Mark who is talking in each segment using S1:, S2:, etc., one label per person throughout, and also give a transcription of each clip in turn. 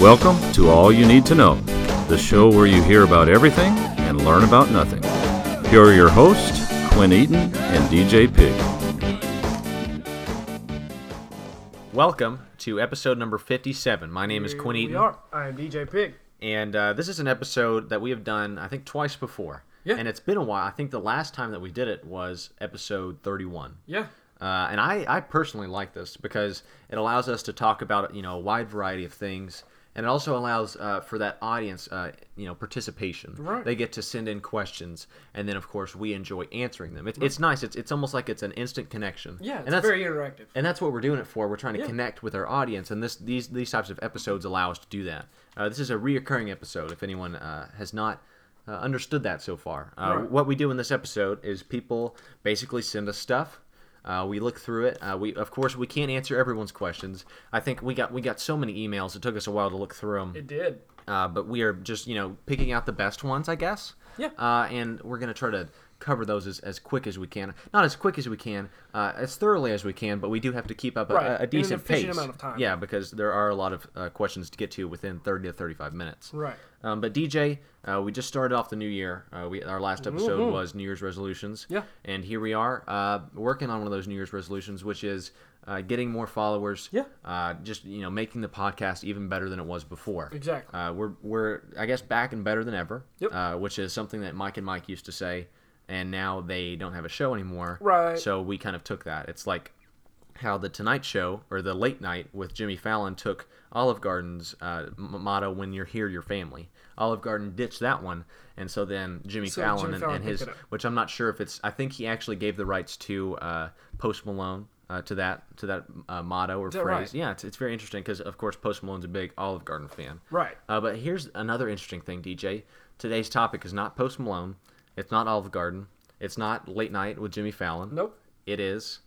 S1: Welcome to All You Need to Know, the show where you hear about everything and learn about nothing. Here are your hosts, Quinn Eaton and DJ Pig.
S2: Welcome to episode number 57. My name is Quinn
S3: Here
S2: Eaton,
S3: We are. I am DJ Pig.
S2: and uh, this is an episode that we have done, I think, twice before.
S3: Yeah.
S2: And it's been a while. I think the last time that we did it was episode 31.
S3: Yeah.
S2: Uh, and I, I personally like this because it allows us to talk about you know a wide variety of things, and it also allows uh, for that audience uh, you know participation.
S3: Right.
S2: They get to send in questions, and then of course we enjoy answering them. It's it's nice. It's it's almost like it's an instant connection.
S3: Yeah. It's
S2: and that's
S3: very interactive.
S2: and that's what we're doing it for. We're trying to
S3: Yeah.
S2: connect with our audience, and this these these types of episodes allow us to do that. Uh, this is a reoccurring episode. If anyone uh, has not uh, understood that so far, uh,
S3: Right.
S2: what we do in this episode is people basically send us stuff. Uh, we look through it. Uh, we of course we can't answer everyone's questions. I think we got we got so many emails. It took us a while to look through them
S3: It did.
S2: uh, but we are just you know picking out the best ones, I guess.
S3: Yeah.
S2: Uh, and we're gonna try to cover those as, as quick as we can. Not as quick as we can, uh, as thoroughly as we can, but we do have to keep up a,
S3: Right,
S2: a-
S3: in
S2: a
S3: an
S2: decent
S3: efficient
S2: pace.
S3: amount of time.
S2: Yeah, because there are a lot of uh, questions to get to within 30 to 35 minutes.
S3: Right.
S2: Um, but DJ, uh, we just started off the new year. Uh, we our last episode was New Year's resolutions.
S3: Yeah.
S2: And here we are uh, working on one of those New Year's resolutions, which is uh, getting more followers.
S3: Yeah.
S2: Uh, just you know making the podcast even better than it was before.
S3: Exactly.
S2: Uh, we're we're I guess back and better than ever.
S3: Yep.
S2: Uh, which is something that Mike and Mike used to say, and now they don't have a show anymore.
S3: Right.
S2: So we kind of took that. It's like how the Tonight Show or the Late Night with Jimmy Fallon took Olive Garden's uh, m- motto, "When you're here, your family." Olive Garden ditched that one, and so then Jimmy
S3: So
S2: Fallon,
S3: Jimmy
S2: and,
S3: Fallon
S2: and
S3: picked
S2: his,
S3: it up.
S2: which I'm not sure if it's. I think he actually gave the rights to uh, Post Malone. Uh, to that to that uh, motto or
S3: that
S2: phrase,
S3: right?
S2: yeah, it's, it's very interesting because of course Post Malone's a big Olive Garden fan,
S3: Right.
S2: uh, but here's another interesting thing, DJ. Today's topic is not Post Malone. It's not Olive Garden. It's not Late Night with Jimmy Fallon.
S3: Nope.
S2: It is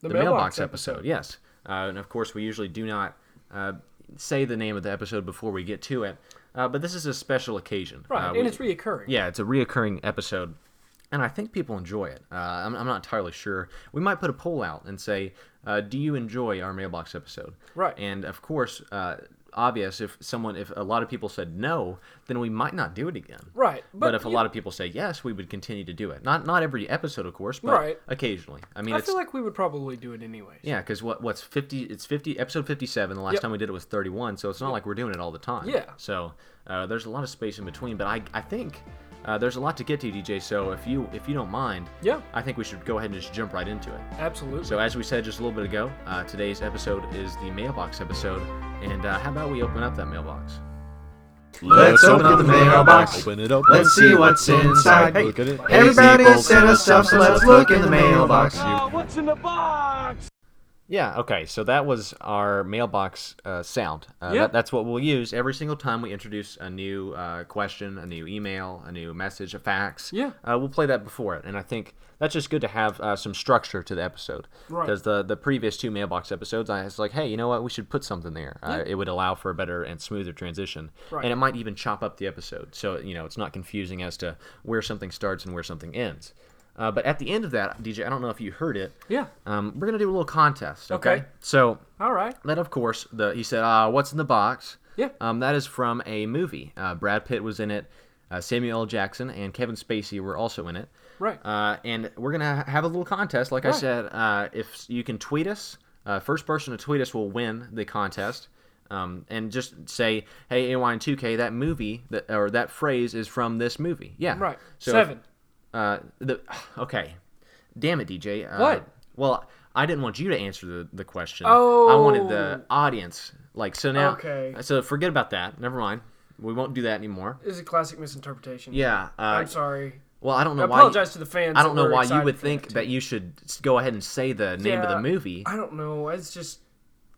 S2: the, mailbox, episode. Yes. Uh, and of course, we usually do not uh, say the name of the episode before we get to it. Uh, but this is a special occasion.
S3: Right.
S2: Uh,
S3: and
S2: we-
S3: it's reoccurring.
S2: yeah, it's a reoccurring episode, and I think people enjoy it. Uh, I'm, I'm not entirely sure. We might put a poll out and say, uh, "Do you enjoy our mailbox episode?"
S3: Right.
S2: And of course, uh, obvious if someone, if a lot of people said no, then we might not do it again.
S3: Right,
S2: But,
S3: but
S2: if a
S3: you-
S2: lot of people say yes, we would continue to do it. Not not every episode, of course, but
S3: Right.
S2: occasionally. I mean,
S3: I
S2: it's
S3: feel like we would probably do it anyways.
S2: yeah, because what what's fifty? It's fifty. Episode fifty-seven. The last
S3: Yep.
S2: time we did it was thirty-one. So it's not like we're doing it all the time.
S3: Yeah.
S2: So uh, there's a lot of space in between. But I I think uh, there's a lot to get to, DJ. So if you if you don't mind,
S3: Yeah.
S2: I think we should go ahead and just jump right into it.
S3: Absolutely.
S2: So as we said just a little bit ago, uh, today's episode is the mailbox episode, and uh, how about we open up that mailbox?
S4: Let's open up the mailbox.
S5: Open it up.
S4: Let's see what's inside.
S5: Look at it.
S4: Everybody has sent us stuff, so let's look in the mailbox.
S2: Yeah, okay, so that was our mailbox uh, sound. Uh,
S3: Yeah.
S2: that, that's what we'll use every single time we introduce a new uh, question, a new email, a new message, a fax.
S3: Yeah.
S2: Uh, we'll play that before it, and I think that's just good to have uh, some structure to the episode.
S3: Right.
S2: Because the, the previous two mailbox episodes, I was like, hey, you know what, we should put something there. Uh, it would allow for a better and smoother transition,
S3: Right.
S2: and it might even chop up the episode, so, you know, it's not confusing as to where something starts and where something ends. Uh, but at the end of that, DJ, I don't know if you heard it.
S3: Yeah.
S2: Um, we're gonna do a little contest. Okay.
S3: Okay.
S2: So
S3: All right.
S2: then, of course, the he said, uh, "What's in the box?"
S3: Yeah.
S2: Um, that is from a movie. Uh, Brad Pitt was in it. Uh, Samuel L. Jackson and Kevin Spacey were also in it.
S3: Right.
S2: Uh, and we're gonna ha- have a little contest. Like I
S3: Right.
S2: said, uh, if s- you can tweet us, uh, first person to tweet us will win the contest. Um, and just say, "Hey, AY and 2K, that movie that or that phrase is from this movie." Yeah.
S3: Right.
S2: So if-
S3: Seven.
S2: uh, the okay, damn it, DJ. Uh,
S3: What?
S2: Well, I didn't want you to answer the, the question. I
S3: Oh.
S2: wanted the audience. Like so now.
S3: Okay.
S2: So forget about that. Never mind. We won't do that anymore.
S3: This is a classic misinterpretation.
S2: Yeah. Uh,
S3: I'm sorry.
S2: Well, I don't know
S3: I
S2: why.
S3: apologize to the fans
S2: I don't
S3: that
S2: know
S3: were
S2: why you
S3: excited
S2: would
S3: for that
S2: think
S3: too.
S2: that you should s- go ahead and say the name of
S3: Yeah,
S2: the movie.
S3: I don't know. It's just.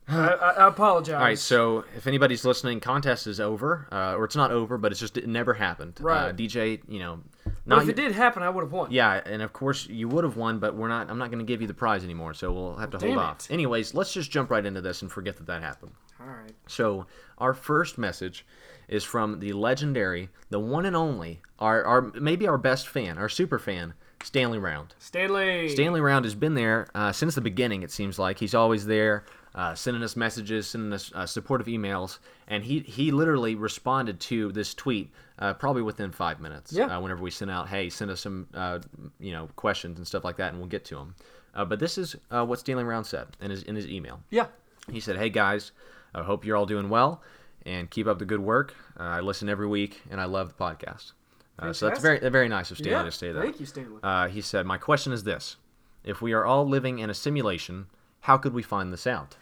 S3: I, I, I apologize.
S2: All right, so if anybody's listening, contest is over, uh, or it's not over, but it's just it never happened. Uh,
S3: Right.
S2: DJ, you know,
S3: But
S2: not
S3: if it did happen, I would have won.
S2: Yeah, and of course you would have won, but we're not. I'm not going to give you the prize anymore, so we'll have to hold
S3: damn
S2: off. Anyways, let's just jump right into this and forget that that happened.
S3: All right.
S2: So our first message is from the legendary, the one and only, our, our maybe our best fan, our super fan, Stanley Round.
S3: Stanley.
S2: Stanley Round has been there uh, since the beginning. It seems like he's always there. uh, sending us messages, sending us uh, supportive emails, and he he literally responded to this tweet uh, probably within five minutes.
S3: Yeah.
S2: Uh, whenever we sent out, hey, send us some uh, you know questions and stuff like that, and we'll get to them. Uh, but this is uh, what Stanley Round said in his in his email.
S3: Yeah.
S2: He said, "Hey guys, I hope you're all doing well, and keep up the good work. Uh, I listen every week, and I love the podcast." Uh, so that's very
S3: Fantastic.
S2: very nice of Stanley
S3: yeah.
S2: to say that.
S3: Thank you, Stanley.
S2: Uh, he said, My question is this If we are all living in a simulation, how could we find this out?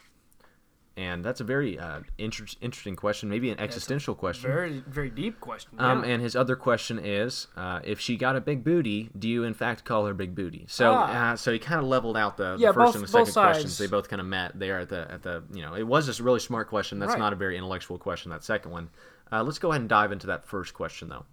S2: And that's a very uh, inter- interesting question, maybe an existential question.
S3: very, very deep question.
S2: um,
S3: yeah.
S2: and his other question is, uh, if she got a big booty, do you in fact call her big booty? So,
S3: Ah.
S2: uh, so he kind of leveled out the, the
S3: Yeah,
S2: first
S3: both-
S2: and the
S3: both
S2: second questions.
S3: sides.
S2: They both kind of met there at the at the you know. It was just a really smart question. That's
S3: Right.
S2: not a very intellectual question. That second one. Uh, let's go ahead and dive into that first question though.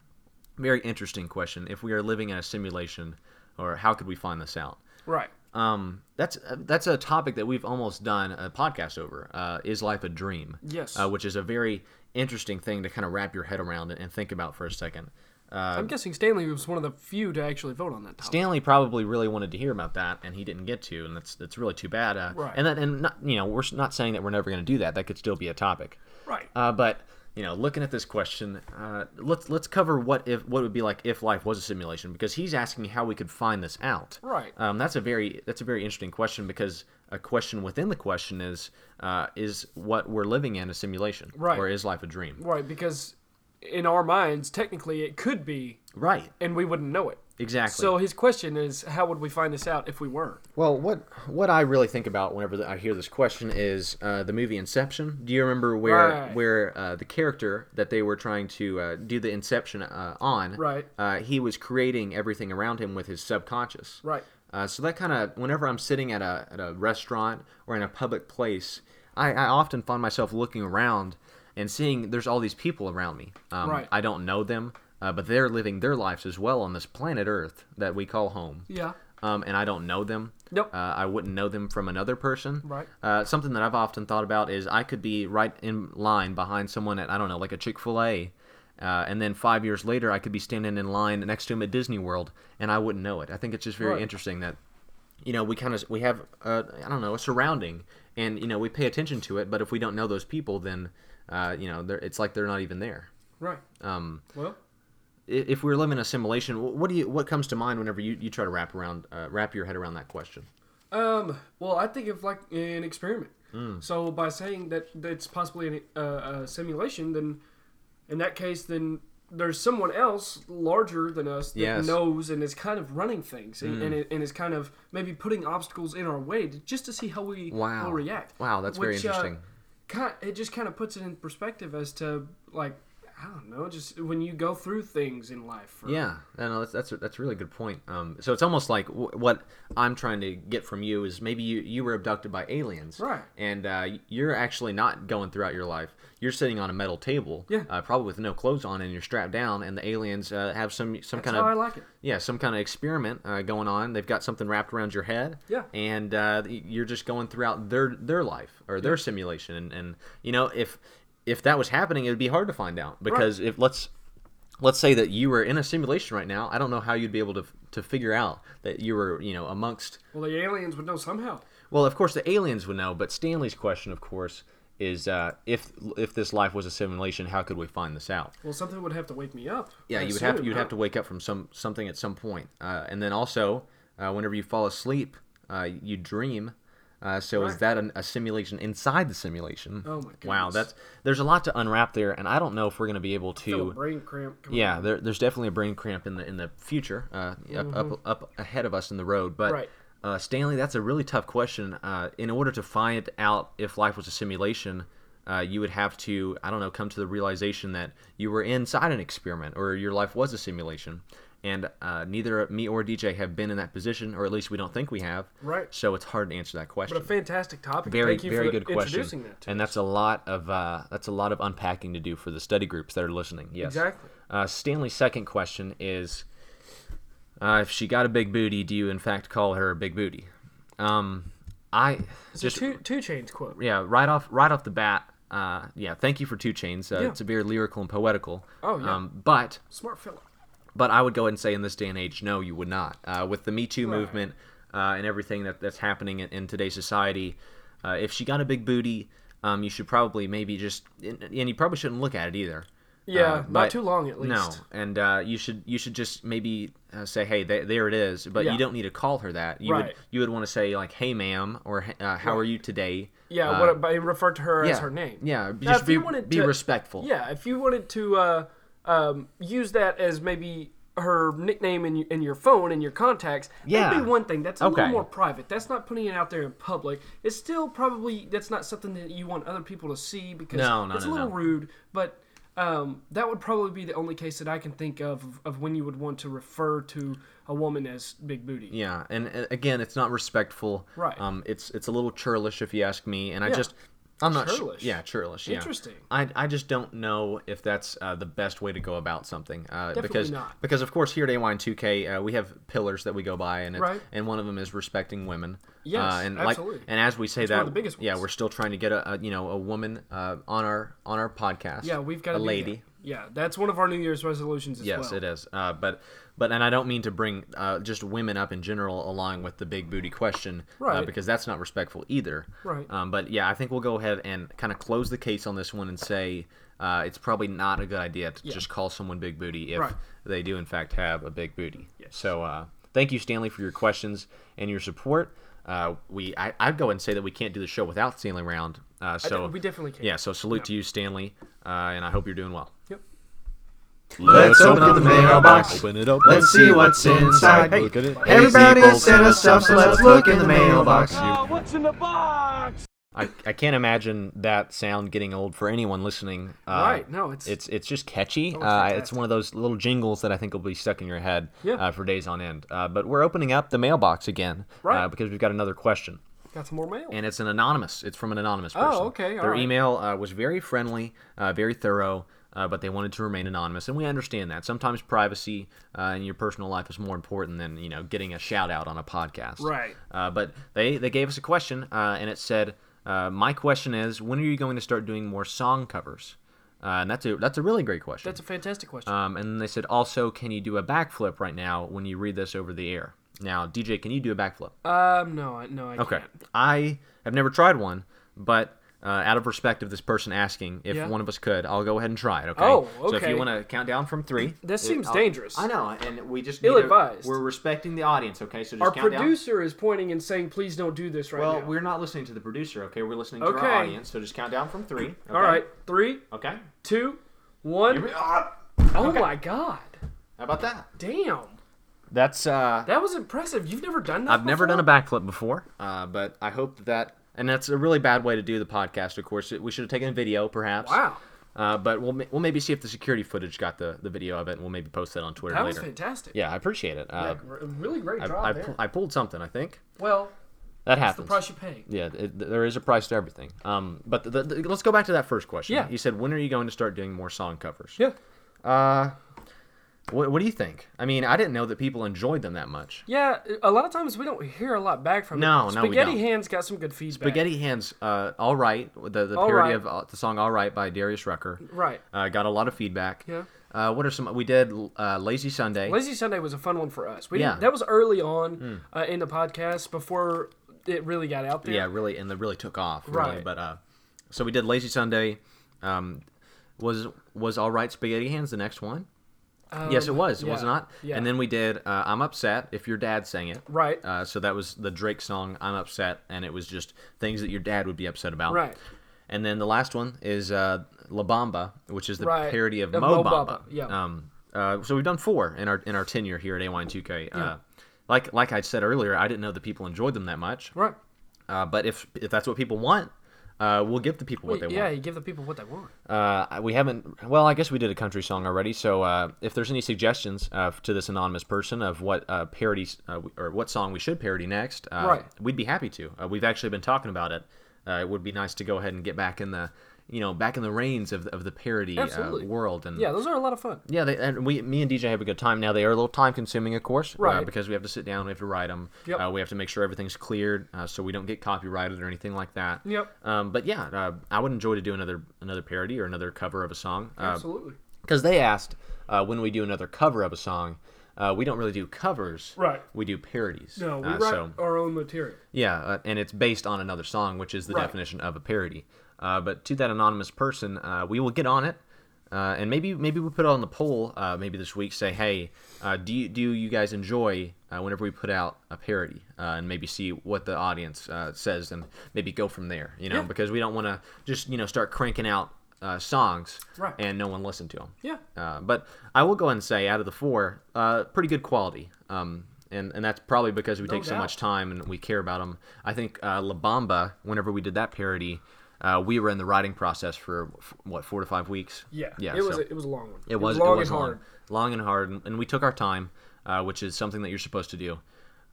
S2: Very interesting question. If we are living in a simulation, or how could we find this out?
S3: right.
S2: um, that's that's a topic that we've almost done a podcast over. Uh, is life a dream?
S3: Yes.
S2: Uh, which is a very interesting thing to kind of wrap your head around and, and think about for a second. Uh,
S3: I'm guessing Stanley was one of the few to actually vote on that topic.
S2: Stanley probably really wanted to hear about that, and he didn't get to, and that's that's really too bad. Uh,
S3: Right.
S2: And that and not, you know we're s- not saying that we're never going to do that. That could still be a topic.
S3: right.
S2: Uh, but you know, looking at this question, uh, let's let's cover what if what it would be like if life was a simulation, because he's asking how we could find this out.
S3: Right.
S2: Um, that's a very that's a very interesting question because a question within the question is uh, is what we're living in a simulation,
S3: Right.
S2: Or is life a dream?
S3: right, because in our minds, technically, it could be,
S2: Right.
S3: and we wouldn't know it.
S2: Exactly.
S3: So his question is, how would we find this out if we were?
S2: Well, what what I really think about whenever th- I hear this question is uh, the movie Inception. Do you remember where
S3: Right.
S2: where uh, the character that they were trying to uh, do the Inception uh, on?
S3: Right.
S2: Uh, he was creating everything around him with his subconscious.
S3: Right.
S2: Uh, so that kind of whenever I'm sitting at a at a restaurant or in a public place, I, I often find myself looking around and seeing there's all these people around me. Um,
S3: Right.
S2: I don't know them, uh, but they're living their lives as well on this planet Earth that we call home
S3: Yeah.
S2: um, and I don't know them.
S3: Nope.
S2: Uh, I wouldn't know them from another person.
S3: Right.
S2: Uh, something that I've often thought about is I could be right in line behind someone at I don't know, like a Chick Fil A, uh, and then five years later I could be standing in line next to him at Disney World, and I wouldn't know it. I think it's just very
S3: Right.
S2: interesting that, you know, we kind of we have uh, I don't know a surrounding, and you know we pay attention to it, but if we don't know those people, then uh, you know they're- it's like they're not even there.
S3: Right.
S2: Um,
S3: Well,
S2: i- if we're living in a simulation, wh- what do you what comes to mind whenever you, you try to wrap around uh, wrap your head around that question?
S3: um, well, I think of like an experiment.
S2: Hmm.
S3: So by saying that that's possibly an, uh, a simulation, then in that case, then there's someone else larger than us that
S2: Yes. Hmm.
S3: knows and is kind of running things and, and, and is kind of maybe putting obstacles in our way to, just to see how we
S2: Wow.
S3: will react.
S2: Wow, that's very
S3: Which, uh,
S2: interesting.
S3: kind it just kind of puts it in perspective as to like I don't know, just when you go through things in life. or-
S2: Yeah, I know that's that's a, that's a really good point. Um, so it's almost like w- what I'm trying to get from you is maybe you you were abducted by aliens,
S3: Right.
S2: And uh, you're actually not going throughout your life. You're sitting on a metal table,
S3: Yeah.
S2: uh, probably with no clothes on, and you're strapped down. And the aliens uh, have some some
S3: That's
S2: kind
S3: how
S2: of
S3: I like it.
S2: yeah some kind of experiment uh, going on. They've got something wrapped around your head,
S3: Yeah.
S2: and uh, y- you're just going throughout their their life or their simulation. And, and you know if if that was happening, it would be hard to find out because if let's let's say that you were in a simulation right now i don't know how you'd be able to to figure out that you were you know amongst
S3: Well, the aliens would know somehow.
S2: well of course the aliens would know but stanley's question of course is uh, if if this life was a simulation how could we find this out
S3: Well, something would have to wake me up.
S2: yeah
S3: I
S2: you would have to,
S3: assume,
S2: you'd
S3: huh?
S2: have to wake up from some something at some point uh, and then also uh, whenever you fall asleep uh, you dream uh, so is
S3: Right.
S2: that an, a simulation inside the simulation
S3: Oh my
S2: wow
S3: goodness.
S2: that's there's a lot to unwrap there and i don't know if we're going to be able to
S3: Feel a brain cramp. Come on.
S2: yeah, there, there's definitely a brain cramp in the in the future, uh, up, up up ahead of us in the road. But
S3: Mm-hmm. Right.
S2: uh, Stanley, that's a really tough question. Uh, in order to find out if life was a simulation, uh, you would have to I don't know come to the realization that you were inside an experiment or your life was a simulation. And uh, neither me or DJ have been in that position, or at least we don't think we have.
S3: Right.
S2: So it's hard to answer that question.
S3: But a fantastic topic.
S2: Very,
S3: Thank you
S2: very
S3: for
S2: good question.
S3: introducing that. To
S2: and
S3: us.
S2: that's a lot of uh, that's a lot of unpacking to do for the study groups that are listening. Yes.
S3: Exactly.
S2: Uh, Stanley's second question is, uh, if she got a big booty, do you in fact call her a big booty? Um, I
S3: It's
S2: just
S3: a two two chains quote.
S2: yeah right off right off the bat. Uh, yeah, thank you for two chains. Uh,
S3: Yeah.
S2: It's a very lyrical and poetical.
S3: Oh, yeah.
S2: Um, but
S3: Smart fella.
S2: but I would go ahead and say in this day and age, no, you would not. Uh, with the Me Too movement uh, and everything that, that's happening in, in today's society, Uh, if she got a big booty, um, you should probably maybe just and and you probably shouldn't look at it either.
S3: Yeah,
S2: Uh,
S3: not
S2: but-
S3: too long at least.
S2: No, and uh, you should you should just maybe uh, say, hey, th- there it is. But
S3: Yeah.
S2: you don't need to call her that. You would
S3: Right.
S2: you would want to say like, hey, ma'am, or "Hey, uh, how are you today?
S3: Yeah,
S2: Uh,
S3: what, but it referred to her
S2: yeah,
S3: as her name.
S2: Yeah,
S3: Now,
S2: just
S3: if
S2: be,
S3: you wanted
S2: be
S3: to-
S2: respectful.
S3: Yeah, if you wanted to uh, um, use that as maybe her nickname in, in your phone and your contacts,
S2: Yeah.
S3: that'd be one thing. That's a
S2: Okay.
S3: little more private. That's not putting it out there in public. It's still probably that's not something that you want other people to see because
S2: No, no,
S3: it's
S2: no,
S3: a little
S2: no.
S3: rude. But um, that would probably be the only case that I can think of of when you would want to refer to a woman as big booty.
S2: Yeah, and uh, again, it's not respectful.
S3: Right.
S2: Um, it's it's a little churlish if you ask me, and I
S3: Yeah.
S2: just I'm not sure.
S3: Churlish.
S2: Yeah, churlish. Yeah.
S3: Interesting.
S2: I, I just don't know if that's uh, the best way to go about something uh,
S3: Definitely
S2: because
S3: not.
S2: because of course here at AY and 2K uh, we have pillars that we go by and it's,
S3: Right.
S2: and one of them is respecting women.
S3: Yes,
S2: uh, and
S3: absolutely.
S2: Like, and as we say
S3: one
S2: that,
S3: of the biggest
S2: yeah,
S3: ones.
S2: we're still trying to get a, a you know a woman uh, on our on our podcast.
S3: Yeah, we've got
S2: a
S3: to do
S2: lady.
S3: that. Yeah, that's one of our New Year's resolutions as
S2: Yes,
S3: well.
S2: it is. Uh, but but and I don't mean to bring uh, just women up in general along with the big booty question, uh,
S3: Right.
S2: because that's not respectful either.
S3: Right.
S2: Um, but yeah, I think we'll go ahead and kind of close the case on this one and say uh, it's probably not a good idea to just call someone big booty if
S3: Right.
S2: they do in fact have a big booty. So uh, thank you, Stanley, for your questions and your support. Uh, we I, I'd go and say that we can't do the show without Stanley Round. Uh, so
S3: we definitely can't.
S2: Yeah. So salute to you, Stanley, uh, and I hope you're doing well.
S3: Yep.
S4: Let's open up the mailbox.
S1: Open it up.
S4: Let's see what's inside.
S1: Look at it.
S4: Everybody has sent us stuff, so let's look in the mailbox.
S2: I, I can't imagine that sound getting old for anyone listening. Uh,
S3: Right, no, it's-
S2: it's it's just catchy. uh, it's one of those little jingles that I think will be stuck in your head
S3: Yeah.
S2: uh, for days on end. Uh, but we're opening up the mailbox again
S3: Right.
S2: uh, because we've got another question,
S3: Got some more mail.
S2: and it's an anonymous. It's from an anonymous person.
S3: Oh, okay, all
S2: Their
S3: right.
S2: email uh, was very friendly, uh, very thorough. Uh, but they wanted to remain anonymous, and we understand that sometimes privacy uh, in your personal life is more important than you know getting a shout out on a podcast.
S3: Right.
S2: Uh, but they, they gave us a question, uh, and it said, uh, "My question is, when are you going to start doing more song covers?" Uh, and that's a that's a really great question.
S3: That's a fantastic question.
S2: um, and then they said, "Also, can you do a backflip right now when you read this over the air?" Now, DJ, can you do a backflip?
S3: Um, no, I no, I
S2: okay,
S3: can't.
S2: I have never tried one, but uh, out of respect of this person asking if
S3: Yeah.
S2: one of us could, I'll go ahead and try it. Okay.
S3: Oh,
S2: So if
S3: okay.
S2: you want to count down from three,
S3: That seems
S2: I'll-
S3: dangerous.
S2: I know, and we just need
S3: Ill-advised.
S2: To, we're respecting the audience. Okay, so just
S3: Our
S2: count down.
S3: producer is pointing and saying, "Please don't do this right
S2: Well,
S3: now."
S2: we're not listening to the producer, okay? We're listening to
S3: Okay.
S2: our audience. So just count down from three. Okay?
S3: All right, three,
S2: Okay.
S3: two, one.
S2: Here we- ah!
S3: Oh my God!
S2: How about that?
S3: Damn,
S2: That's uh.
S3: that was impressive. You've never done that.
S2: I've never done a
S3: before?
S2: backflip before, uh, but I hope that, that and that's a really bad way to do the podcast. Of course, we should have taken a video, perhaps.
S3: Wow,
S2: Uh, but we'll ma- we'll maybe see if the security footage got the, the video of it, and we'll maybe post that on Twitter
S3: that was
S2: later.
S3: fantastic.
S2: Yeah, I appreciate it. Uh,
S3: Re- really great job
S2: I, I,
S3: there.
S2: pu- I pulled something. I think
S3: well,
S2: that
S3: the
S2: happens.
S3: price you pay.
S2: Yeah, it, there is a price to everything. Um, but the, the, let's go back to that first question.
S3: Yeah.
S2: you said when are you going to start doing more song covers?
S3: Yeah,
S2: What, what do you think? I mean, I didn't know that people enjoyed them that much.
S3: yeah. A lot of times we don't hear a lot back from.
S2: No,
S3: it.
S2: no, we
S3: Spaghetti
S2: don't.
S3: Hands got some good feedback.
S2: Spaghetti Hands, uh, All Right, the, the
S3: All
S2: parody
S3: Right.
S2: of uh, the song All Right by Darius Rucker.
S3: Right.
S2: Uh, got a lot of feedback.
S3: Yeah.
S2: Uh, what are some? We did uh, Lazy Sunday.
S3: Lazy Sunday was a fun one for us. We
S2: Yeah. Hmm.
S3: didn't, that was early on uh, in the podcast before it really got out there.
S2: yeah, really, and they really took off. Really.
S3: Right.
S2: But uh, so we did Lazy Sunday. Um, was was All Right Spaghetti Hands the next one? yes, it was. It was
S3: Um, yeah,
S2: not.
S3: yeah.
S2: And then we did uh, I'm Upset if your dad sang it.
S3: Right.
S2: Uh, so that was the Drake song I'm Upset, and it was just things that your dad would be upset about.
S3: Right.
S2: And then the last one is uh, La Bamba, which is the
S3: Right.
S2: parody of
S3: Of
S2: Mo,
S3: Mo
S2: Bamba.
S3: Bamba, yeah.
S2: Um, uh, so we've done four in our in our tenure here at AY2K. Uh, like like I said earlier, I didn't know that people enjoyed them that much.
S3: Right.
S2: Uh, but if if that's what people want, uh, we'll give the people what they
S3: yeah,
S2: want.
S3: you give the people what they want.
S2: Uh, we haven't. Well, I guess we did a country song already. So uh, if there's any suggestions uh, to this anonymous person of what uh, parody uh, or what song we should parody next, uh,
S3: Right.
S2: we'd be happy to. Uh, we've actually been talking about it. Uh, it would be nice to go ahead and get back in the you know back in the reins of, of the parody uh,
S3: Absolutely.
S2: world and
S3: Yeah, those are a lot of fun.
S2: yeah, they, and we, me and DJ have a good time. Now they are a little time consuming, of course, uh,
S3: Right.
S2: because we have to sit down, we have to write them,
S3: Yep.
S2: uh, we have to make sure everything's cleared, uh, so we don't get copyrighted or anything like that.
S3: Yep.
S2: Um, but yeah, uh, I would enjoy to do another another parody or another cover of a song. uh,
S3: Absolutely.
S2: Because they asked uh, when we do another cover of a song, Uh, we don't really do covers.
S3: Right.
S2: We do parodies.
S3: No, we
S2: Uh,
S3: write
S2: so-
S3: our own material.
S2: yeah, uh, and it's based on another song, which is the
S3: Right.
S2: definition of a parody. Uh, but to that anonymous person, uh, we will get on it, uh, and maybe maybe we put it on the poll, uh, maybe this week. Say, hey, uh, do you, do you guys enjoy uh, whenever we put out a parody, uh, and maybe see what the audience uh, says, and maybe go from there. You know,
S3: Yeah.
S2: because we don't want to just you know start cranking out uh, songs
S3: Right.
S2: and no one listened to them.
S3: Yeah.
S2: Uh, but I will go ahead and say, out of the four, uh, pretty good quality. Um, and, and that's probably because we take so
S3: doubt.
S2: much time and we care about them. I think uh, La Bamba, whenever we did that parody, uh, we were in the writing process for f- what four to five weeks.
S3: Yeah.
S2: yeah.
S3: It was
S2: so
S3: a, it was a long one.
S2: it was
S3: long
S2: it was
S3: and
S2: long,
S3: hard.
S2: long and hard, and, and we took our time, uh, which is something that you're supposed to do.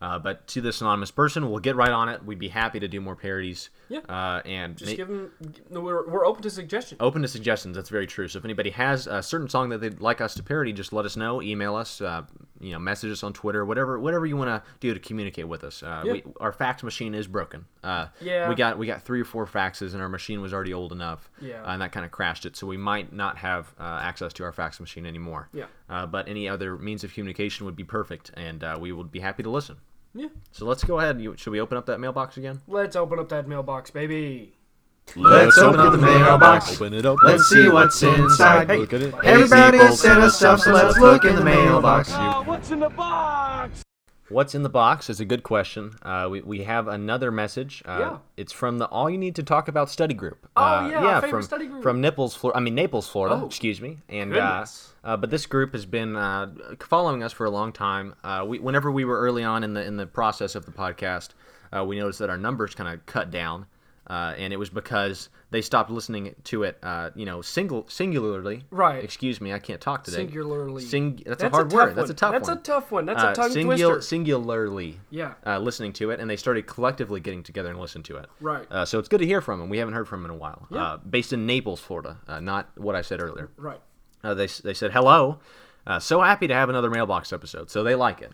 S2: Uh, but to this anonymous person, we'll get right on it. We'd be happy to do more parodies.
S3: Yeah.
S2: Uh, and
S3: Just
S2: ma-
S3: give them. No, we're, we're open to suggestions.
S2: open to suggestions. That's very true. So if anybody has a certain song that they'd like us to parody, just let us know. Email us, uh, you know, message us on Twitter, whatever, whatever you want to do to communicate with us. Uh,
S3: Yeah.
S2: we, our fax machine is broken. Uh,
S3: Yeah.
S2: we got we got three or four faxes, and our machine was already old enough. uh,
S3: Yeah.
S2: and that kind of crashed it, so we might not have uh, access to our fax machine anymore.
S3: Yeah.
S2: uh, but any other means of communication would be perfect, and uh, we would be happy to listen.
S3: Yeah.
S2: So let's go ahead. You, should we open up that mailbox again?
S3: Let's open up that mailbox, baby.
S4: Let's open up the mailbox.
S5: Open it up.
S4: Let's see what's inside. Hey,
S5: Look at it.
S4: everybody has sent us stuff, so let's look in the mailbox.
S2: What's in the box is a good question. Uh, we, we have another message. Uh,
S3: Yeah.
S2: It's from the All You Need to Talk About study group.
S3: Oh,
S2: Uh,
S3: yeah, our favorite
S2: from,
S3: study group.
S2: From Naples, Florida. I mean, Naples, Florida.
S3: Oh,
S2: excuse me. And uh,
S3: goodness.
S2: uh, But this group has been uh, following us for a long time. Uh, we, whenever we were early on in the, in the process of the podcast, uh, we noticed that our numbers kind of cut down. Uh, and it was because they stopped listening to it, uh, you know, single singularly.
S3: Right.
S2: Excuse me, I can't talk today.
S3: Singularly.
S2: Sing. That's, a
S3: That's a
S2: hard
S3: tough
S2: word. That's
S3: one.
S2: a tough
S3: That's
S2: one.
S3: a tough one. That's a tongue twister.
S2: uh, Singularly
S3: Yeah.
S2: uh, listening to it, and they started collectively getting together and listening to it.
S3: Right.
S2: Uh, so it's good to hear from them. We haven't heard from them in a while.
S3: Yeah.
S2: Uh, based in Naples, Florida, uh, not what I said earlier.
S3: Right.
S2: Uh, they, they said, hello. Uh, so happy to have another mailbox episode. So they like it.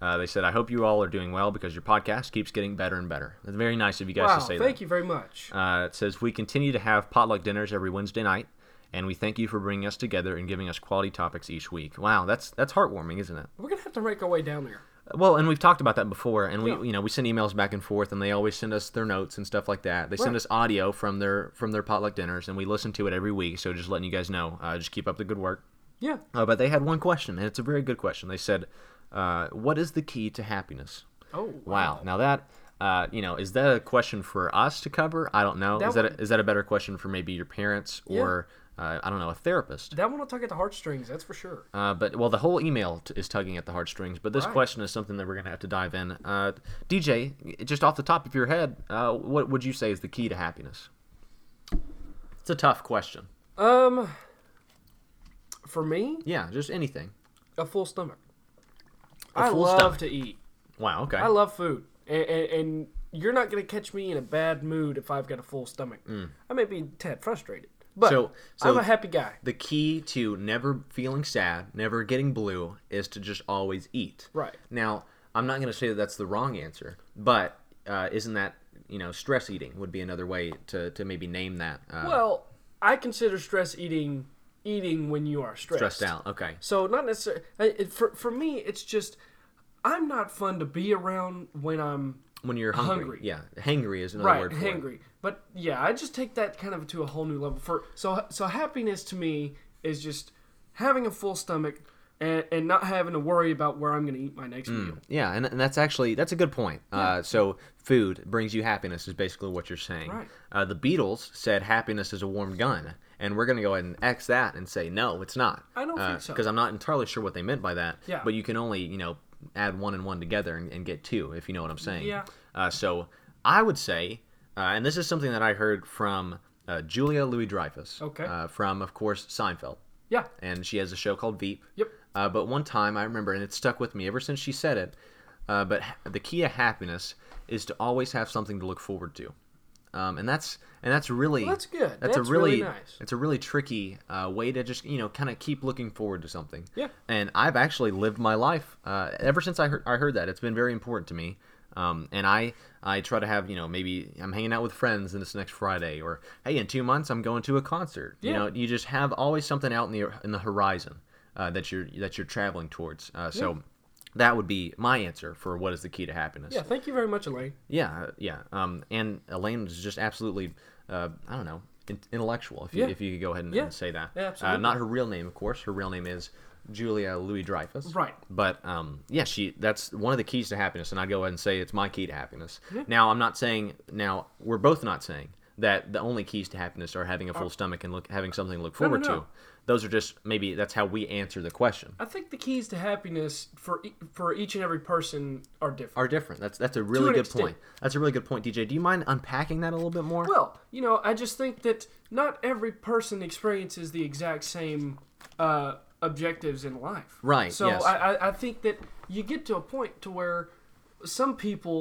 S2: Uh, they said, I hope you all are doing well because your podcast keeps getting better and better. That's very nice of you guys
S3: Wow.
S2: to say
S3: Thank
S2: that.
S3: you very much.
S2: Uh, it says, We continue to have potluck dinners every Wednesday night, and we thank you for bringing us together and giving us quality topics each week. Wow, that's, that's heartwarming, isn't it?
S3: We're gonna have to make our way down there.
S2: Well, and we've talked about that before, and we
S3: Yeah.
S2: you know we send emails back and forth, and they always send us their notes and stuff like that. They send
S3: Right.
S2: us audio from their from their potluck dinners, and we listen to it every week. So just letting you guys know, uh, just keep up the good work.
S3: Yeah.
S2: Uh, but they had one question, and it's a very good question. They said, uh, "What is the key to happiness?"
S3: Oh.
S2: Wow. Now that uh, you know, is that a question for us to cover? I don't know.
S3: That
S2: Is that
S3: one-
S2: a, is that a better question for maybe your parents
S3: Yeah.
S2: or uh, I don't know a therapist?
S3: That one will tug at the heartstrings. That's for sure.
S2: Uh, but well, the whole email t- is tugging at the heartstrings. But this
S3: Right.
S2: question is something that we're gonna have to dive in. Uh, DJ, just off the top of your head, uh, what would you say is the key to happiness? It's a tough question.
S3: Um. For me,
S2: Yeah, just anything.
S3: a full stomach.
S2: A
S3: I
S2: full
S3: love
S2: stomach.
S3: to eat.
S2: Wow. Okay.
S3: I love food, and, and, and you're not gonna catch me in a bad mood if I've got a full stomach. I may be a tad frustrated, but
S2: Mm. So- so-
S3: I'm a happy guy.
S2: the key to never feeling sad, never getting blue, is to just always eat.
S3: Right.
S2: Now, I'm not gonna say that that's the wrong answer, but uh, isn't that you know stress eating would be another way to, to maybe name that? Uh,
S3: Well, I consider stress eating eating when you are stressed.
S2: stressed out. Okay.
S3: So not necessarily for for me. It's just I'm not fun to be around when I'm
S2: When you're hungry.
S3: Hungry.
S2: Yeah. Hangry is another
S3: right
S2: word for it.
S3: hangry. But yeah, I just take that kind of to a whole new level. For so so happiness to me is just having a full stomach and, and not having to worry about where I'm going to eat my next
S2: Mm.
S3: meal.
S2: Yeah, and, and that's actually that's a good point. Uh, so food brings you happiness is basically what you're saying.
S3: Right.
S2: Uh, the Beatles said happiness is a warm gun, and we're gonna go ahead and x that and say no, it's not.
S3: I don't think so.
S2: because I'm not entirely sure what they meant by that.
S3: Yeah.
S2: But you can only you know add one and one together and, and get two if you know what I'm saying.
S3: Yeah.
S2: Uh, so I would say, uh, and this is something that I heard from uh, Julia Louis Dreyfus.
S3: Okay.
S2: Uh, from of course Seinfeld
S3: Yeah,
S2: and she has a show called Veep.
S3: Yep.
S2: Uh, but one time I remember, and it stuck with me ever since she said it. Uh, but ha- the key to happiness is to always have something to look forward to, um, and that's and that's really
S3: Well, that's good.
S2: That's,
S3: That's
S2: a really,
S3: really nice.
S2: It's a really tricky uh, way to just you know kind of keep looking forward to something.
S3: Yeah.
S2: And I've actually lived my life uh, ever since I heard I heard that. It's been very important to me. Um, and I I try to have you know maybe I'm hanging out with friends this next Friday or hey in two months I'm going to a concert. You
S3: Yeah.
S2: know you just have always something out in the in the horizon uh, that you're that you're traveling towards. Uh, so That would be my answer for what is the key to happiness.
S3: Yeah, thank you very much, Elaine.
S2: Yeah, yeah. Um, and Elaine is just absolutely, uh, I don't know, in- intellectual. If you,
S3: Yeah.
S2: if you could go ahead and,
S3: Yeah.
S2: and say that.
S3: Yeah,
S2: Uh,
S3: absolutely.
S2: not her real name, of course. Her real name is Julia Louis Dreyfus.
S3: Right.
S2: But um, yeah, she that's one of the keys to happiness, and I'd go ahead and say it's my key to happiness. Now I'm not saying now we're both not saying that the only keys to happiness are having a full stomach and look having something to look
S3: Uh, no,
S2: forward
S3: no. Uh,
S2: to. Those are just maybe that's how we answer the question.
S3: I think the keys to happiness for e- for each and every person are different.
S2: Are different. That's that's a really
S3: an
S2: good
S3: extent.
S2: point. That's a really good point, DJ. Do you mind unpacking that a little bit more?
S3: Well, you know, I just think that not every person experiences the exact same uh, objectives in life.
S2: Right,
S3: So
S2: yes.
S3: I, I, I think that you get to a point to where some people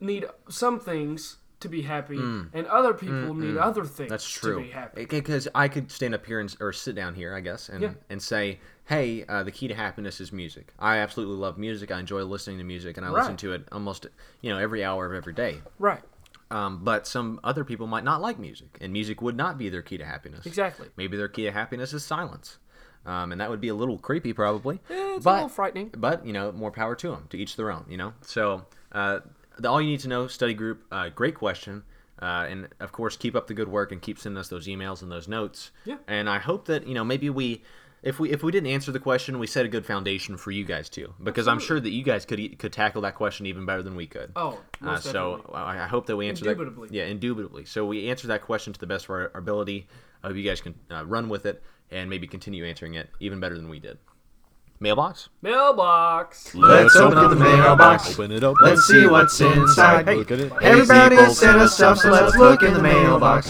S3: need some things to be happy, and other people need other things
S2: Mm. That's true.
S3: to be happy.
S2: Because I could stand up here and, or sit down here, I guess, and,
S3: Yeah.
S2: and say, hey, uh, the key to happiness is music. I absolutely love music. I enjoy listening to music, and I listen
S3: Right.
S2: to it almost you know every hour of every day.
S3: Right.
S2: Um, but some other people might not like music, and music would not be their key to happiness.
S3: Exactly.
S2: Maybe their key to happiness is silence. Um, and that would be a little creepy, probably.
S3: Eh, it's a
S2: but,
S3: little frightening.
S2: But, you know, more power to them, to each their own, you know? So, uh, the All You Need to Know study group, uh, great question. Uh, and, of course, keep up the good work and keep sending us those emails and those notes.
S3: Yeah.
S2: And I hope that, you know, maybe we. If we, if we didn't answer the question, we set a good foundation for you guys too, because I'm sure that you guys could e- could tackle that question even better than we could.
S3: Oh,
S2: Uh,
S3: most
S2: so
S3: definitely.
S2: I I hope that we answered
S3: Indubitably.
S2: that. Yeah, indubitably. So we answered that question to the best of our our ability. I hope you guys can uh, run with it and maybe continue answering it even better than we did. Mailbox.
S3: Mailbox.
S4: Let's open up the mailbox.
S5: Open it up.
S4: Let's see what's inside.
S5: Look at it.
S4: Everybody has sent us stuff, so let's look in the mailbox.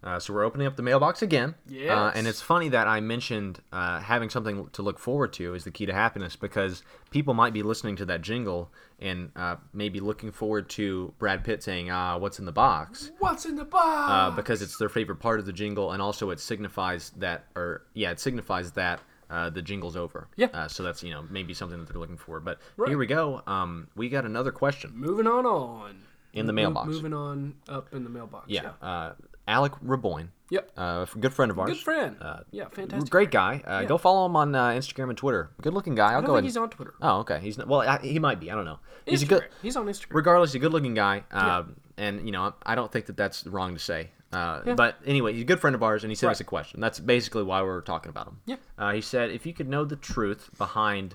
S2: Uh, so we're opening up the mailbox again. Uh,
S3: Yes.
S2: and it's funny that I mentioned uh, having something to look forward to is the key to happiness because people might be listening to that jingle and uh, maybe looking forward to Brad Pitt saying, "Ah, what's in the box."
S3: What's in the box?
S2: uh, because it's their favorite part of the jingle, and also it signifies that, or yeah, it signifies that uh, the jingle's over.
S3: Yeah.
S2: Uh, so that's you know maybe something that they're looking for. But here we go. Um, we got another question
S3: moving on on.
S2: in the
S3: Mo-
S2: mailbox.
S3: Moving on up in the mailbox.
S2: yeah. Uh, Alec Raboyne.
S3: Yep.
S2: Uh, f- good friend of ours.
S3: Good friend.
S2: Uh,
S3: yeah, fantastic.
S2: Great guy. Uh, Go follow him on uh, Instagram and Twitter. Good looking guy. I'll
S3: I
S2: go
S3: don't
S2: ahead.
S3: think he's on Twitter.
S2: Oh, okay. He's not, well. I, he might be. I don't know. He's a
S3: Instagram.
S2: good.
S3: He's on Instagram.
S2: regardless, a good-looking guy, uh, and you know, I don't think that that's wrong to say. Uh, But anyway, he's a good friend of ours, and he sent us a question. That's basically why we were talking about him.
S3: Yeah.
S2: Uh, he said, "If you could know the truth behind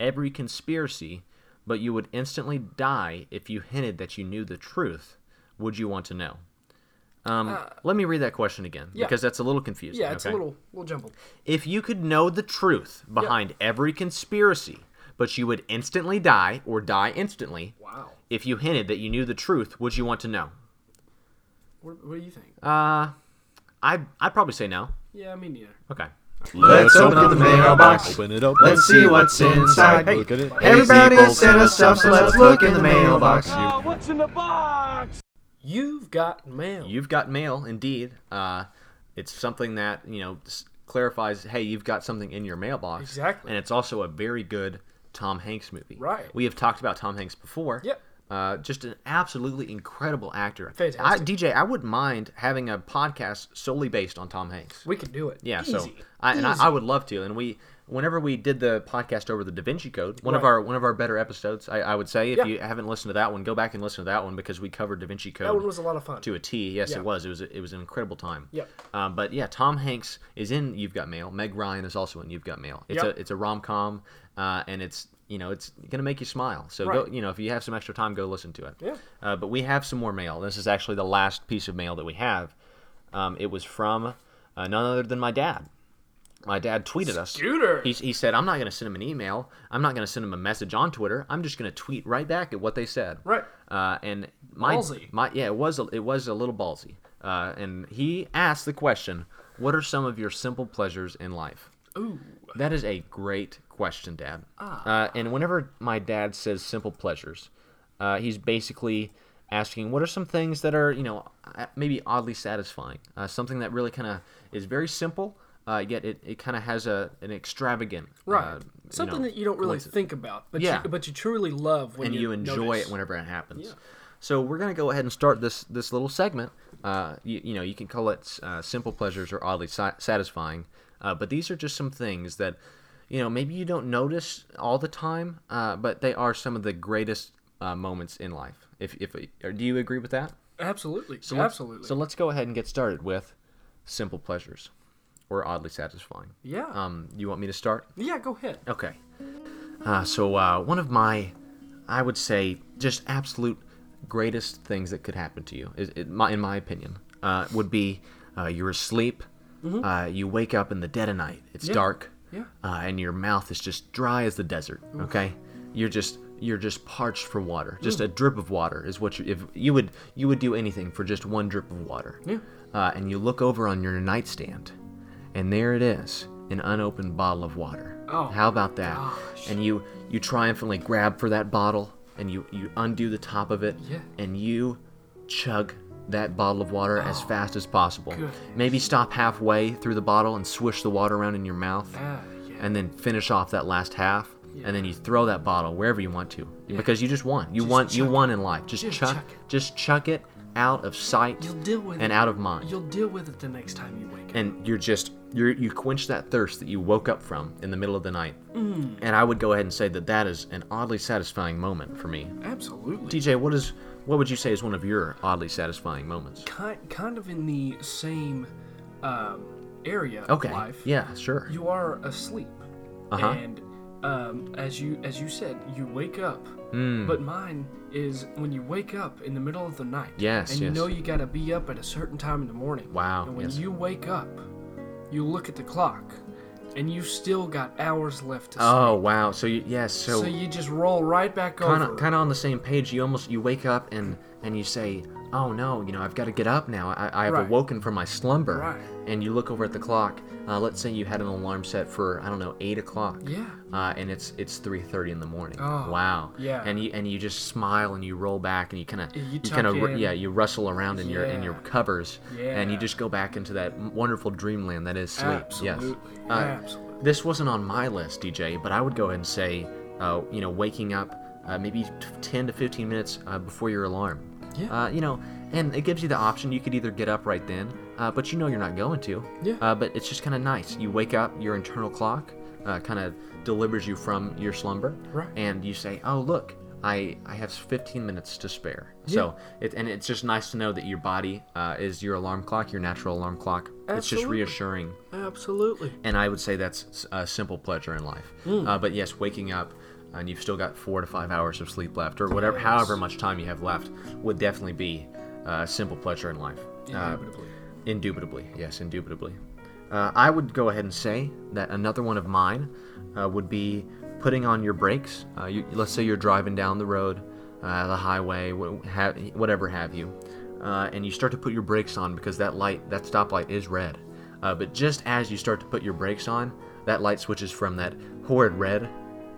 S2: every conspiracy, but you would instantly die if you hinted that you knew the truth, would you want to know?" Um, let me read that question again
S3: Uh, yeah.
S2: because that's a little confusing.
S3: yeah, it's
S2: okay?
S3: a little little jumbled.
S2: If you could know the truth behind every conspiracy, but you would instantly die or die instantly,
S3: Wow.
S2: if you hinted that you knew the truth, would you want to know?
S3: What, what do you think?
S2: Uh, I I'd probably say no.
S3: yeah, me neither.
S2: Okay.
S4: Let's open up the mailbox.
S5: Open it up.
S4: Let's see what's inside.
S5: Look at it.
S4: Everybody has sent us stuff, so let's look in the mailbox.
S3: You've got mail.
S2: You've got mail, indeed. Uh, it's something that you know s- clarifies. Hey, you've got something in your mailbox.
S3: Exactly.
S2: And it's also a very good Tom Hanks movie.
S3: Right.
S2: We have talked about Tom Hanks before.
S3: Yep.
S2: Uh, just an absolutely incredible actor. I,
S3: Fantastic.
S2: DJ, I wouldn't mind having a podcast solely based on Tom Hanks.
S3: we could do it.
S2: Yeah,
S3: Easy.
S2: so I, and I, I would love to. And we, whenever we did the podcast over the Da Vinci Code, one of
S3: Right.
S2: our one of our better episodes, I, I would say. If
S3: Yeah.
S2: you haven't listened to that one, go back and listen to that one because we covered Da Vinci Code.
S3: that one was a lot of fun.
S2: to a T. Yes,
S3: Yeah.
S2: it was. It was. It was an incredible time.
S3: Yep.
S2: Um, but yeah, Tom Hanks is in You've Got Mail. Meg Ryan is also in You've Got Mail. It's
S3: Yep.
S2: a it's a rom com, uh, and it's you know it's gonna make you smile. So go
S3: Right.
S2: you know if you have some extra time, go listen to it.
S3: Yeah.
S2: Uh, but we have some more mail. This is actually the last piece of mail that we have. Um, it was from uh, none other than my dad. My dad tweeted us.
S3: Scooter.
S2: He, he said, I'm not going to send him an email. I'm not going to send him a message on Twitter. I'm just going to tweet right back at what they said.
S3: Right.
S2: Uh, and my,
S3: Ballsy.
S2: my yeah, it was a, it was a little ballsy. Uh, and he asked the question, "What are some of your simple pleasures in life?"
S3: Ooh. Ah.
S2: That is a great question, Dad. Uh, and whenever my dad says simple pleasures, uh, he's basically asking, what are some things that are, you know, uh, maybe oddly satisfying? Uh, something that really kind of is very simple, uh, yet it, it kind of has a an extravagant.
S3: Right.
S2: uh, you
S3: Something
S2: know,
S3: that you don't really
S2: coincidence
S3: think about, but
S2: Yeah.
S3: you, but you truly love when
S2: and you, enjoy
S3: notice.
S2: it whenever it happens. So we're gonna go ahead and start this this little segment. Uh, you, you know, you can call it uh, simple pleasures or oddly si- satisfying, uh, but these are just some things that you know maybe you don't notice all the time, uh, but they are some of the greatest uh, moments in life. If if or do you agree with that?
S3: Absolutely.
S2: So let's-
S3: Absolutely.
S2: So let's go ahead and get started with simple pleasures, or oddly satisfying.
S3: yeah.
S2: Um, you want me to start?
S3: yeah, go ahead.
S2: Okay. Uh, so uh, one of my, I would say, just absolute greatest things that could happen to you, is, it, my, in my opinion, uh, would be uh, you're asleep, uh, you wake up in the dead of night, it's dark,
S3: Mm-hmm. Yeah.
S2: uh, and your mouth is just dry as the desert. Okay, you're just you're just parched for water. Just a drip of water is what you if you would you would do anything for just one drip of water.
S3: Yeah.
S2: Uh, and you look over on your nightstand, and there it is, an unopened bottle of water.
S3: Oh,
S2: How about that?
S3: gosh.
S2: And you you triumphantly grab for that bottle, and you you undo the top of it,
S3: Yeah.
S2: and you chug that bottle of water as fast as possible.
S3: Oh, goodness.
S2: Maybe stop halfway through the bottle and swish the water around in your mouth
S3: Ah, yeah.
S2: and then finish off that last half and then you throw that bottle wherever you want to because you just won you want you
S3: chuck
S2: won in life just,
S3: Just
S2: chuck,
S3: chuck it.
S2: just chuck it out of sight
S3: You'll deal with
S2: and
S3: it.
S2: out of mind
S3: You'll deal with it the next time you wake up.
S2: and you're just you're you quench that thirst that you woke up from in the middle of the night mm. and i would go ahead and say that that is an oddly satisfying moment for me
S3: Absolutely.
S2: dj what is what would you say is one of your oddly satisfying moments
S3: kind, kind of in the same um, area
S2: okay
S3: of life.
S2: yeah sure
S3: You are asleep,
S2: Uh-huh.
S3: and um, as you as you said, you wake up.
S2: Hmm.
S3: But mine is when you wake up in the middle of the night.
S2: Yes,
S3: And you
S2: yes.
S3: know you got to be up at a certain time in the morning.
S2: Wow,
S3: And when
S2: yes.
S3: you wake up, you look at the clock, and you still got hours left to sleep.
S2: oh wow so you, yes
S3: So, you just roll right back
S2: kind
S3: over.
S2: of kind of on the same page. You almost you wake up and and you say, "Oh no, you know I've got to get up now. I, I have
S3: Right.
S2: awoken from my slumber."
S3: Right.
S2: And you look over at the clock. Uh, let's say you had an alarm set for I don't know eight o'clock.
S3: Yeah.
S2: Uh, and it's it's three thirty in the morning.
S3: Oh,
S2: wow.
S3: yeah.
S2: And you and you just smile and you roll back and you kind of
S3: You
S2: you
S3: tuck
S2: kind of
S3: in.
S2: yeah you rustle around in your in
S3: Yeah.
S2: your covers and you
S3: Yeah.
S2: just go back into that wonderful dreamland that is sleep. Yes.
S3: Absolutely.
S2: Uh,
S3: Absolutely.
S2: this wasn't on my list, DJ, but I would go ahead and say, uh, you know, waking up uh, maybe t- 10 to 15 minutes uh, before your alarm.
S3: Yeah.
S2: Uh, you know, and it gives you the option. You could either get up right then, uh, but you know you're not going to.
S3: Yeah.
S2: Uh, but it's just kind of nice. You wake up, your internal clock uh, kind of delivers you from your slumber.
S3: Right.
S2: And you say, oh, look. I, I have 15 minutes to spare. So, it, and it's just nice to know that your body uh, is your alarm clock, your natural alarm clock. It's just
S3: Absolutely.
S2: reassuring
S3: Absolutely.
S2: and I would say that's a simple pleasure in life. Uh, but yes, waking up and you've still got four to five hours of sleep left, or whatever, however much time you have left, would definitely be uh, a simple pleasure in life. Uh,
S3: Indubitably.
S2: Indubitably, yes, indubitably. Uh, I would go ahead and say that another one of mine uh, would be putting on your brakes. Uh, you, let's say you're driving down the road, uh, the highway, wh- ha- whatever have you, uh, and you start to put your brakes on because that light, that stoplight is red. Uh, but just as you start to put your brakes on, that light switches from that horrid red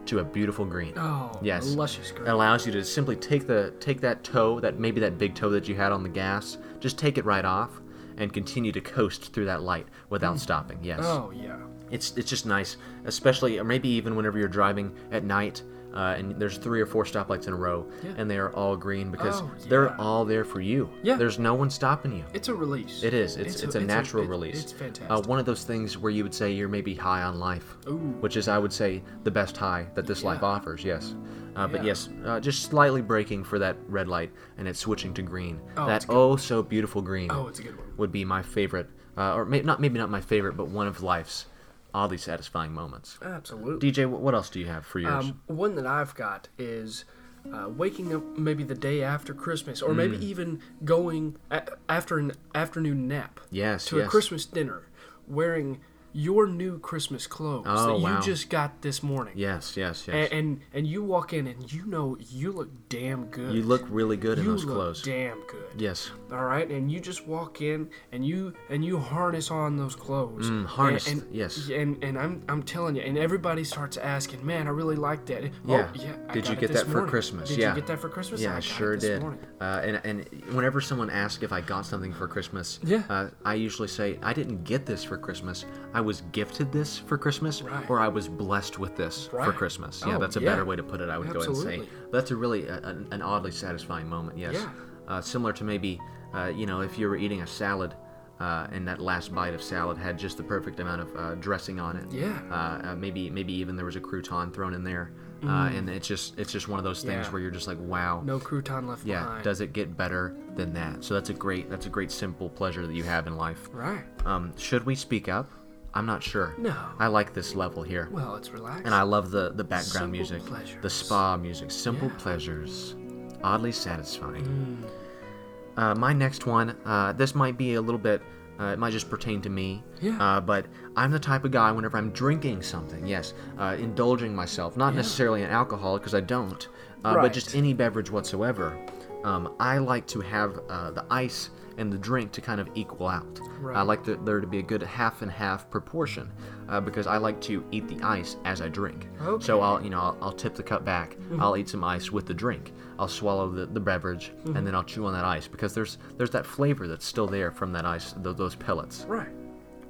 S2: to a beautiful green.
S3: Oh,
S2: Yes.
S3: luscious green.
S2: It allows you to simply take the take that toe, that maybe that big toe that you had on the gas, just take it right off and continue to coast through that light without stopping. Yes.
S3: Oh yeah.
S2: It's it's just nice, especially or maybe even whenever you're driving at night. Uh, and there's three or four stoplights in a row, and they are all green because
S3: Oh,
S2: they're
S3: yeah.
S2: all there for you.
S3: Yeah.
S2: There's no one stopping you.
S3: It's a release.
S2: It is. It's, it's, a, natural
S3: it-
S2: release.
S3: It's fantastic.
S2: Uh, one of those things where you would say you're maybe high on life, which is, I would say, the best high that this life offers. Yes. Uh, But
S3: Yeah.
S2: yes, uh, just slightly breaking for that red light and it's switching to green.
S3: Oh,
S2: that
S3: it's
S2: oh so beautiful green
S3: oh, it's a good one.
S2: would be my favorite, uh, or maybe not maybe not my favorite, but one of life's oddly satisfying moments.
S3: Absolutely.
S2: DJ, wh- what else do you have for yours?
S3: Um, one that I've got is uh, waking up maybe the day after Christmas, or maybe
S2: Mm.
S3: even going a- after an afternoon nap.
S2: Yes,
S3: To
S2: yes.
S3: a Christmas dinner, wearing your new Christmas clothes
S2: Oh,
S3: that
S2: wow.
S3: you just got this morning.
S2: yes, yes, yes.
S3: And, and and you walk in and you know you look damn good.
S2: you look really good in
S3: You
S2: those
S3: look
S2: clothes.
S3: damn good.
S2: yes.
S3: all right and you just walk in and you and you harness on those clothes mm,
S2: harness,
S3: and, and-
S2: yes.
S3: and and i'm i'm telling you and everybody starts asking man i really like that yeah,
S2: Yeah.
S3: oh, yeah I
S2: Did
S3: got
S2: you get
S3: it this
S2: that for
S3: morning.
S2: Christmas?
S3: did
S2: Yeah.
S3: you get that for christmas
S2: Yeah,
S3: I
S2: I
S3: got it
S2: sure
S3: this
S2: did.
S3: morning.
S2: Uh, and and whenever someone asks if I got something for Christmas,
S3: Yeah.
S2: uh, I usually say I didn't get this for Christmas. I was gifted this for Christmas,
S3: Right.
S2: or I was blessed with this for
S3: Right.
S2: Christmas. Yeah,
S3: Oh,
S2: that's a
S3: yeah.
S2: better way to put it. I would go ahead and say
S3: Absolutely.
S2: that's a really uh, an, an oddly satisfying moment. Yes,
S3: Yeah.
S2: uh, similar to maybe uh, you know if you were eating a salad. uh, and that last bite of salad had just the perfect amount of uh, dressing on it.
S3: Yeah.
S2: Uh, uh, maybe maybe even there was a crouton thrown in there, uh, and it's just it's just one of those things
S3: Mm. Yeah.
S2: where you're just like, wow.
S3: No crouton left
S2: Yeah.
S3: behind.
S2: Does it get better than that? So that's a great that's a great simple pleasure that you have in life.
S3: Right.
S2: Um, should we speak up? I'm not sure.
S3: No.
S2: I like this level here.
S3: Well, it's relaxed.
S2: And I love the, the background
S3: Simple
S2: music, the
S3: pleasures.
S2: spa music, simple
S3: Yeah. Mm.
S2: pleasures, oddly satisfying. Uh, my next one, uh, this might be a little bit, uh, it might just pertain to me.
S3: Yeah.
S2: Uh, but I'm the type of guy whenever I'm drinking something, yes, uh, indulging myself, not necessarily an alcoholic because I don't, uh, but
S3: Right.
S2: just any beverage whatsoever. Um, I like to have uh, the ice and the drink to kind of equal out. I
S3: Right.
S2: like the, there to be a good half and half proportion uh, because I like to eat the ice as I drink. So I'll you know I'll, I'll tip the cup back. I'll eat some ice with the drink. I'll swallow the, the beverage and then I'll chew on that ice because there's there's that flavor that's still there from that ice tho- those pellets.
S3: right.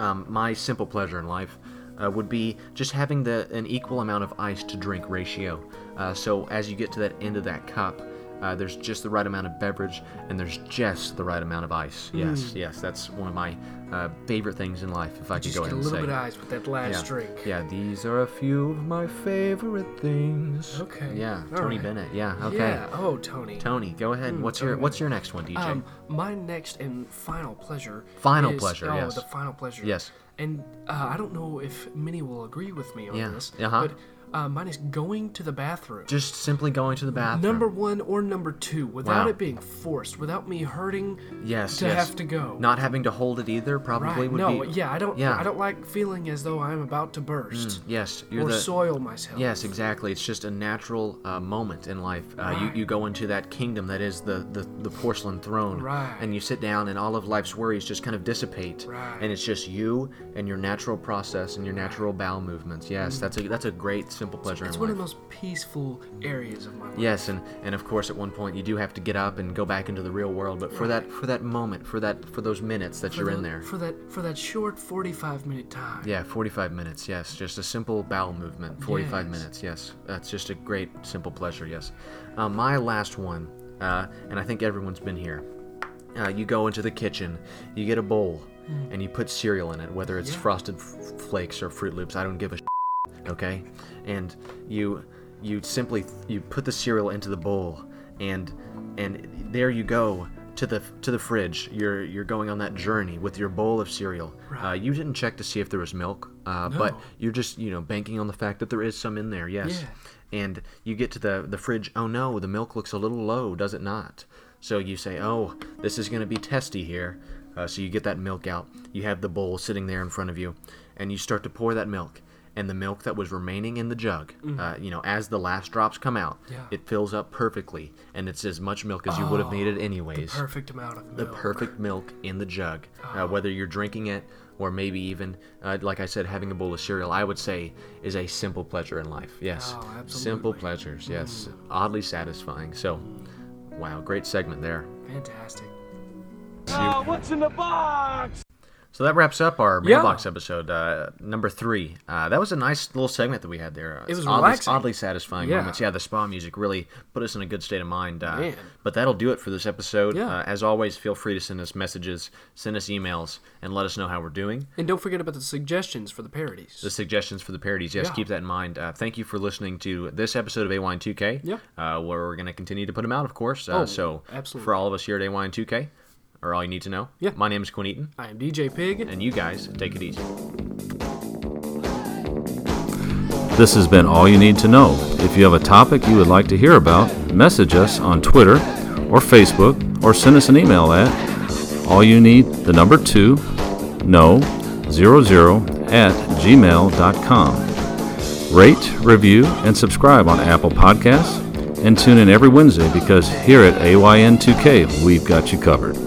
S2: Um, my simple pleasure in life. Uh, would be just having the an equal amount of ice to drink ratio. Uh, so as you get to that end of that cup, uh, there's just the right amount of beverage and there's just the right amount of ice.
S3: Hmm.
S2: Yes, yes, that's one of my uh, favorite things in life. If I could
S3: Just
S2: go ahead
S3: get a
S2: and
S3: little
S2: say,
S3: bit of eyes with that last
S2: yeah.
S3: drink.
S2: Yeah, these are a few of my favorite things.
S3: Okay.
S2: Yeah,
S3: All
S2: Tony
S3: right.
S2: Bennett. Yeah, okay.
S3: Yeah. Oh, Tony.
S2: Tony, go ahead. what's your What's your next one, DJ?
S3: Um, my next and final pleasure.
S2: Final
S3: is-
S2: pleasure,
S3: Oh,
S2: yes.
S3: the final pleasure.
S2: Yes.
S3: And uh, I don't know if many will agree with me on
S2: Yeah,
S3: this,
S2: uh-huh.
S3: but uh, mine is going to the bathroom.
S2: Just simply going to the bathroom.
S3: Number one or number two, without
S2: Wow.
S3: it being forced, without me hurting
S2: Yes.
S3: to
S2: yes.
S3: have to go.
S2: Not having to hold it either probably
S3: right.
S2: would
S3: No,
S2: be.
S3: yeah, I don't.
S2: Yeah.
S3: I don't like feeling as though I am about to burst
S2: Yes, you're
S3: or
S2: the.
S3: soil myself.
S2: Yes, exactly. It's just a natural uh, moment in life. Uh, you, you go into that kingdom that is the, the, the porcelain throne.
S3: Right.
S2: And you sit down, and all of life's worries just kind of dissipate.
S3: Right.
S2: And it's just you and your natural process and your natural bowel movements. Yes, that's a that's a great simple pleasure
S3: Mm. It's
S2: in
S3: one
S2: life.
S3: of the most peaceful areas of my life.
S2: Yes, and, and of course at one point you do have to get up and go back into the real world, but for that for that moment, for that for those minutes that
S3: For
S2: you're in
S3: the-
S2: there.
S3: for that for that short forty-five minute time.
S2: Yeah, 45 minutes, yes. Just a simple bowel movement. 45
S3: Yes.
S2: minutes, yes. That's just a great, simple pleasure, yes. Uh, my last one, uh, and I think everyone's been here. Uh, you go into the kitchen, you get a bowl,
S3: Hmm.
S2: and you put cereal in it, whether it's frosted f- flakes or Fruit Loops, I don't give a okay and you you simply you put the cereal into the bowl and and there you go to the to the fridge you're you're going on that journey with your bowl of cereal uh, you didn't check to see if there was milk uh, but
S3: No.
S2: you're just you know banking on the fact that there is some in there yes
S3: Yeah.
S2: and you get to the the fridge oh no the milk looks a little low does it not so you say oh this is going to be testy here uh, so you get that milk out you have the bowl sitting there in front of you and you start to pour that milk and the milk that was remaining in the jug uh, you know as the last drops come out
S3: Yeah.
S2: it fills up perfectly and it's as much milk as you would have needed anyways
S3: Perfect amount of milk.
S2: the perfect milk in the jug.
S3: Oh.
S2: Uh, whether you're drinking it or maybe even, uh, like I said, having a bowl of cereal, I would say is a simple pleasure in life. Yes.
S3: Oh, absolutely. Hmm.
S2: Simple pleasures. Yes. Oddly satisfying. So, wow, great segment there.
S3: Fantastic.
S2: So that wraps up our
S3: Yeah.
S2: mailbox episode uh, number three. Uh, that was a nice little segment that we had there. It
S3: was
S2: oddly,
S3: relaxing.
S2: oddly satisfying
S3: Yeah.
S2: moments. Yeah, the spa music really put us in a good state of mind. Uh,
S3: Man.
S2: But that'll do it for this episode.
S3: Yeah.
S2: Uh, as always, feel free to send us messages, send us emails, and let us know how we're doing.
S3: And don't forget about the suggestions for the parodies.
S2: The suggestions for the parodies, yes,
S3: Yeah.
S2: keep that in mind. Uh, thank you for listening to this episode of AY2K,
S3: Yeah.
S2: uh, where we're going to continue to put them out, of course. Uh,
S3: Oh,
S2: so
S3: absolutely.
S2: for all of us here at AY2K, or all you need to know,
S3: Yeah.
S2: my name is Quinn Eaton,
S3: I am DJ Pig.
S2: and you guys take it easy.
S1: This has been All You Need to Know. If you have a topic you would like to hear about, message us on Twitter or Facebook or send us an email at all you need the number two no zero zero at gmail.com. Rate, review, and subscribe on Apple Podcasts and tune in every Wednesday because here at AYN2K we've got you covered.